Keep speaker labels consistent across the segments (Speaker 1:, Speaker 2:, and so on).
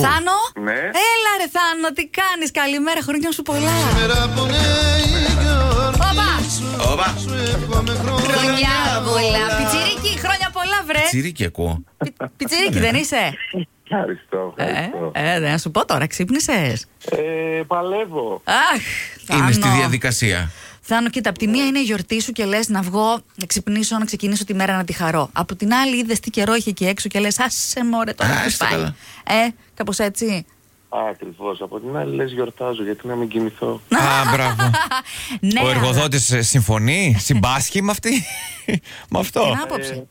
Speaker 1: Θάνο.
Speaker 2: Ναι.
Speaker 1: Έλα ρε Θάνο, τι κάνεις, καλημέρα, χρόνια σου πολλά. Όπα,
Speaker 3: Όπα.
Speaker 1: χρόνια πολλά. Πιτσιρίκι, χρόνια πολλά βρε.
Speaker 3: Τσιρίκι ακούω.
Speaker 1: Πι- Πιτσιρίκι δεν είσαι.
Speaker 2: Ευχαριστώ.
Speaker 1: Ε,
Speaker 2: ευχαριστώ.
Speaker 1: ε, δεν να σου πω τώρα, ξύπνησες.
Speaker 2: Ε, παλεύω.
Speaker 1: Αχ,
Speaker 3: Είναι στη
Speaker 1: Θάνο.
Speaker 3: διαδικασία.
Speaker 1: Θάνο, κοίτα, από τη μία είναι η γιορτή σου και λες να βγω, να ξυπνήσω, να ξεκινήσω τη μέρα να τη χαρώ. Από την άλλη, είδες τι καιρό είχε εκεί έξω και λες, άσε μωρέ τώρα.
Speaker 3: Α,
Speaker 1: πώς
Speaker 3: είστε
Speaker 1: πάει».
Speaker 3: καλά.
Speaker 1: Ε, κάπως έτσι.
Speaker 2: Ακριβώς. Από την άλλη, λες γιορτάζω, γιατί να μην κοιμηθώ.
Speaker 4: Α, μπράβο.
Speaker 1: ναι,
Speaker 4: Ο
Speaker 1: αλλά-
Speaker 4: εργοδότης συμφωνεί, συμπάσχει με αυτή. με
Speaker 1: Την
Speaker 4: αυτό.
Speaker 1: άποψη.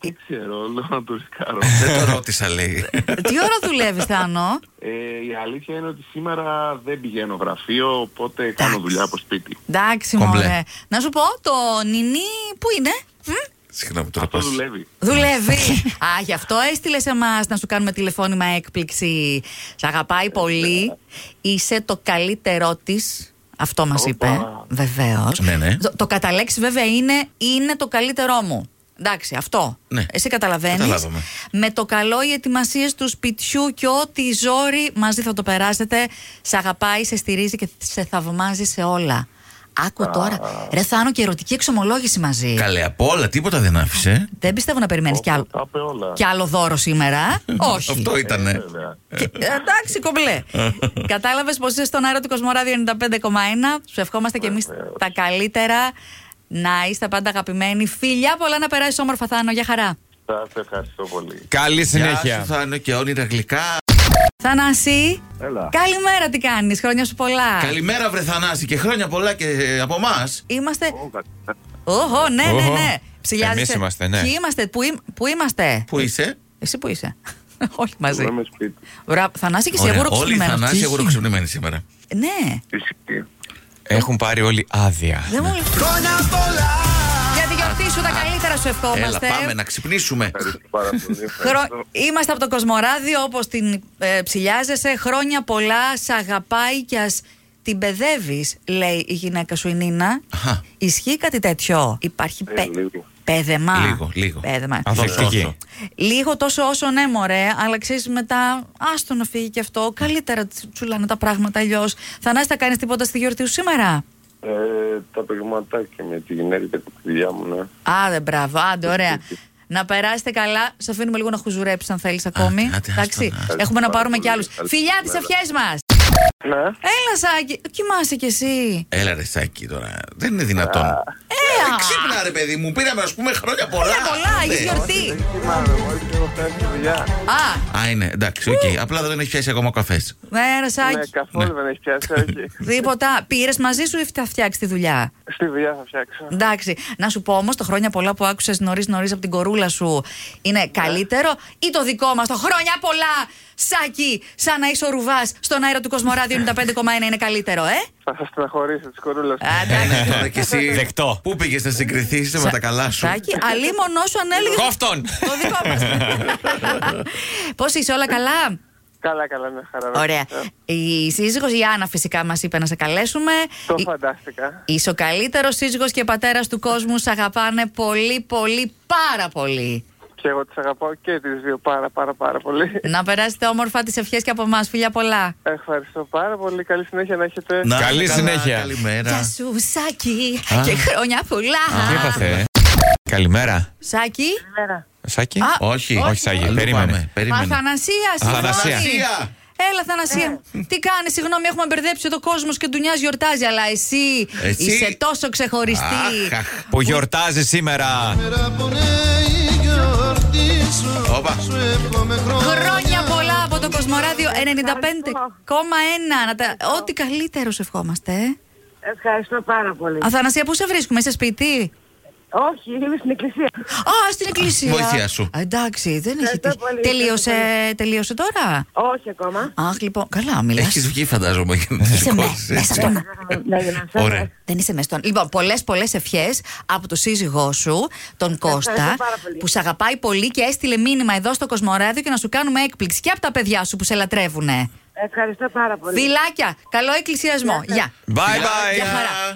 Speaker 2: Δεν ξέρω, λέω να το ρισκάρω.
Speaker 3: Δεν το ρώτησα, λέει.
Speaker 1: Τι ώρα δουλεύεις, Θάνο.
Speaker 2: Ε, η αλήθεια είναι ότι σήμερα δεν πηγαίνω γραφείο, οπότε κάνω δουλειά από σπίτι.
Speaker 1: Εντάξει,
Speaker 3: Κομπλέ.
Speaker 1: μωρέ. Να σου πω, το νινί πού είναι. μ?
Speaker 3: Συγγνώμη, τώρα
Speaker 2: Αυτό
Speaker 3: πας.
Speaker 2: δουλεύει.
Speaker 1: Δουλεύει. Α, γι' αυτό έστειλες εμάς να σου κάνουμε τηλεφώνημα έκπληξη. Σ' αγαπάει πολύ. Είσαι το καλύτερό της. Αυτό μας
Speaker 2: Οπα.
Speaker 1: είπε. Βεβαίως.
Speaker 3: Ναι, ναι.
Speaker 1: Το, το καταλέξεις βέβαια είναι είναι το καλύτερό μου. Εντάξει, αυτό.
Speaker 3: Ναι.
Speaker 1: Εσύ καταλαβαίνεις.
Speaker 3: Καταλάβαμε.
Speaker 1: Με το καλό οι ετοιμασίες του σπιτιού και ό,τι ζόρι μαζί θα το περάσετε. Σε αγαπάει, σε στηρίζει και σε θαυμάζει σε όλα. Άκου τώρα. Ρε Θάνο και ερωτική εξομολόγηση μαζί.
Speaker 3: Καλέ, από όλα τίποτα δεν άφησε.
Speaker 1: Δεν πιστεύω να περιμένεις Ε, κι άλλο.
Speaker 2: Τα είπε όλα. Ναι.
Speaker 1: Κι Ναι. άλλο δώρο σήμερα. Όχι.
Speaker 3: Αυτό ήτανε.
Speaker 2: Βέβαια.
Speaker 1: Και- Εντάξει, κομπλέ. Κατάλαβες πως είσαι στον αέρα του Κοσμοράδιο 95,1. Σου ευχόμαστε και εμεί τα καλύτερα. Να είστε πάντα αγαπημένοι. Φιλιά πολλά να περάσει όμορφα, Θάνο. Για χαρά.
Speaker 2: Σας ευχαριστώ πολύ.
Speaker 4: Καλή
Speaker 3: Γεια σου,
Speaker 4: συνέχεια.
Speaker 3: Θάνο, και όνειρα γλυκά.
Speaker 1: Θανάση.
Speaker 2: Έλα.
Speaker 1: Καλημέρα, τι κάνεις. Χρόνια σου πολλά.
Speaker 3: Καλημέρα, βρε Θανάση, και χρόνια πολλά και ε, από εμάς.
Speaker 1: Είμαστε.
Speaker 2: Ω, κα-
Speaker 1: Οχο, ναι, ναι,
Speaker 4: Οχο.
Speaker 1: ναι. Ψηλιάζεσαι.
Speaker 4: Εμείς είμαστε, ναι.
Speaker 1: Ποιοι είμαστε, πού, ειμ- πού είμαστε.
Speaker 3: Πού είσαι,
Speaker 1: Εσύ πού είσαι. Όλοι μαζί.
Speaker 2: Είμαι σπίτι.
Speaker 1: Βρα... Θανάση και εσύ,
Speaker 3: Ωραία,
Speaker 1: εγώ
Speaker 3: Όλοι οι
Speaker 1: ροξυπνημένος.
Speaker 3: Θανάση
Speaker 1: Τι
Speaker 3: εγώ
Speaker 1: είχε.
Speaker 3: ροξυπνημένοι σήμερα.
Speaker 1: Ναι.
Speaker 2: Εσύ.
Speaker 4: Έχουν πάρει όλοι άδεια.
Speaker 1: Δεν μου λες. Για τη γιορτή σου τα καλύτερα σου
Speaker 3: Έλα,
Speaker 1: ευχόμαστε.
Speaker 3: πάμε να ξυπνήσουμε.
Speaker 2: Ευχαριστώ πάρα πολύ. ευχαριστώ.
Speaker 1: Χρο- Είμαστε από το Κοσμοράδιο όπως την ε, ψηλιάζεσαι. Χρόνια πολλά, σ' αγαπάει και ας την παιδεύεις, λέει η γυναίκα σου η Νίνα.
Speaker 3: Αχα.
Speaker 1: Ισχύει κάτι τέτοιο. Υπάρχει
Speaker 2: Ε,
Speaker 1: πε...
Speaker 2: λίγο.
Speaker 1: Πέδεμα.
Speaker 3: Λίγο, λίγο.
Speaker 1: Πέδεμα.
Speaker 4: Αυτό. Αφεκτική.
Speaker 3: Δώσ' το.
Speaker 1: Λίγο τόσο όσο ναι, μωρέ, αλλά ξέρεις μετά, άστο να φύγει και αυτό. Καλύτερα τσου- τσουλάνε τα πράγματα αλλιώς. Θανάση, θα κάνεις τίποτα στη γιορτή σου σήμερα.
Speaker 2: Ε, τα απογευματάκια με τη γυναίκα και τη δουλειά μου, ναι.
Speaker 1: Άντε, μπράβο, άντε, ωραία. Να περάσετε καλά. Σε αφήνουμε λίγο να χουζουρέψεις αν θέλεις ακόμη.
Speaker 3: άντε, άστο,
Speaker 1: Εντάξει.
Speaker 3: να-
Speaker 1: Έχουμε να
Speaker 2: Πάρα
Speaker 1: πάρουμε και
Speaker 2: πολύ.
Speaker 1: άλλου.
Speaker 2: Καλή
Speaker 1: Φιλιά, τις
Speaker 2: μέρα.
Speaker 1: ευχές μας.
Speaker 2: Ναι.
Speaker 1: Έλα, Σάκη. Κοιμάσαι κι εσύ.
Speaker 3: Έλα, ρε Σάκη τώρα. Δεν είναι δυνατόν.
Speaker 2: Ναι,
Speaker 3: Ε, Ξύπνα, ρε παιδί μου. Πήραμε, ας πούμε, χρόνια πολλά.
Speaker 1: Πολλά, πολλά,
Speaker 3: Ναι.
Speaker 1: έχεις γιορτή.
Speaker 2: Θυμάμαι, εγώ και έχω φτάσει στη δουλειά.
Speaker 1: Α,
Speaker 3: Α, είναι, εντάξει, οκ. Απλά δεν έχεις πιάσει ακόμα ο καφέ.
Speaker 1: μέρα,
Speaker 2: Ναι,
Speaker 1: Σάκη.
Speaker 2: καθόλου δεν έχεις πιάσει,
Speaker 1: Ναι.
Speaker 2: όχι.
Speaker 1: Τίποτα. Πήρες μαζί σου ή θα φτιάξεις τη δουλειά.
Speaker 2: Στη δουλειά θα φτιάξω.
Speaker 1: Εντάξει. Να σου πω όμως, το χρόνια πολλά που άκουσες νωρίς νωρίς από την κορούλα σου
Speaker 2: Ναι.
Speaker 1: είναι καλύτερο ή το δικό μας το χρόνια πολλά, Σάκη, σαν να είσαι ο Ρουβάς στον αέρα του Κοσμοράδιου 95,1 είναι καλύτερο, ε.
Speaker 2: Θα σας στεναχωρήσω τις κορούλες.
Speaker 1: Α, Ε, εντάξει.
Speaker 3: Ε, Τώρα και εσύ.
Speaker 4: Δεκτό.
Speaker 3: Πού πήγες να συγκριθείς, είσαι με τα καλά σου.
Speaker 1: Σάκη, αλλή μονό σου αν έλεγες.
Speaker 4: Κόφτον.
Speaker 1: Το δικό μας. Πώς είσαι, όλα καλά.
Speaker 2: Καλά, καλά, μια χαρά. Ε,
Speaker 1: Ωραία. Η σύζυγος η Άννα φυσικά μας είπε να σε καλέσουμε.
Speaker 2: Το
Speaker 1: Η-
Speaker 2: φαντάστηκα.
Speaker 1: Είσαι ο καλύτερος σύζυγος και πατέρας του κόσμου. Σ' αγαπάνε πολύ, πολύ, πάρα πολύ.
Speaker 2: Και εγώ τις αγαπάω και τις δύο πάρα πάρα πάρα πολύ.
Speaker 1: Να περάσετε όμορφα τις ευχές και από εμάς, Φιλιά πολλά.
Speaker 2: Ευχαριστώ πάρα πολύ. Καλή συνέχεια να έχετε.
Speaker 3: Να,
Speaker 4: Καλή
Speaker 3: καλά,
Speaker 4: συνέχεια.
Speaker 1: Γεια
Speaker 3: Καλημέρα.
Speaker 1: σου, Σάκη. Και χρόνια πολλά.
Speaker 4: Τι είπατε, ε? Καλημέρα.
Speaker 1: Σάκη.
Speaker 4: Σάκη.
Speaker 1: Α,
Speaker 3: Όχι,
Speaker 4: Όχι, Σάκη,
Speaker 3: Αλλού
Speaker 4: περίμενε.
Speaker 3: πάμε, Περίμενε.
Speaker 1: Αθανασία, συγγνώμη.
Speaker 4: Αθανασία.
Speaker 1: Έλα, Θανασία.
Speaker 5: Ε.
Speaker 1: Τι κάνεις, συγγνώμη, έχουμε μπερδέψει το κόσμο και του νοιάζει γιορτάζει, αλλά εσύ,
Speaker 3: Εσύ.
Speaker 1: είσαι τόσο ξεχωριστή.
Speaker 3: Αχ, αχ.
Speaker 4: Που γιορτάζει σήμερα.
Speaker 3: Όπα.
Speaker 1: Χρόνια πολλά από το Κοσμοράδιο 95,1. Να τα- Ό,τι καλύτερος σου ευχόμαστε. ε.
Speaker 5: Ευχαριστώ πάρα πολύ.
Speaker 1: Αθανασία, πού σε βρίσκουμε, είσαι σπίτι.
Speaker 5: Όχι, είμαι στην εκκλησία.
Speaker 1: Α, στην εκκλησία.
Speaker 3: Βοήθειά σου.
Speaker 1: Α, εντάξει, δεν έχει
Speaker 5: Ευχαριστώ
Speaker 1: τύχει.
Speaker 5: πολύ,
Speaker 1: Τελείωσε, τελείωσε τώρα.
Speaker 5: Όχι ακόμα.
Speaker 1: Αχ, λοιπόν, καλά, μιλάς.
Speaker 3: Έχεις βγει, φαντάζομαι. και να
Speaker 1: Είσαι με,
Speaker 3: σηκώσεις,
Speaker 1: μέσα
Speaker 3: έτσι.
Speaker 1: στον.
Speaker 5: Ναι, για να σας-
Speaker 3: Ωραία.
Speaker 1: Δεν είσαι μέσα στον. Λοιπόν, πολλές πολλές ευχές από το σύζυγό σου, τον Κώστα,
Speaker 5: πάρα πολύ.
Speaker 1: που σε αγαπάει πολύ και έστειλε μήνυμα εδώ στο Κοσμοράδιο και να σου κάνουμε έκπληξη και από τα παιδιά σου που σε λατρεύουνε.
Speaker 5: Ευχαριστώ πάρα πολύ.
Speaker 1: Φιλάκια, καλό εκκλησιασμό. Γεια.
Speaker 4: Bye
Speaker 3: Γεια
Speaker 4: bye.
Speaker 1: χαρά.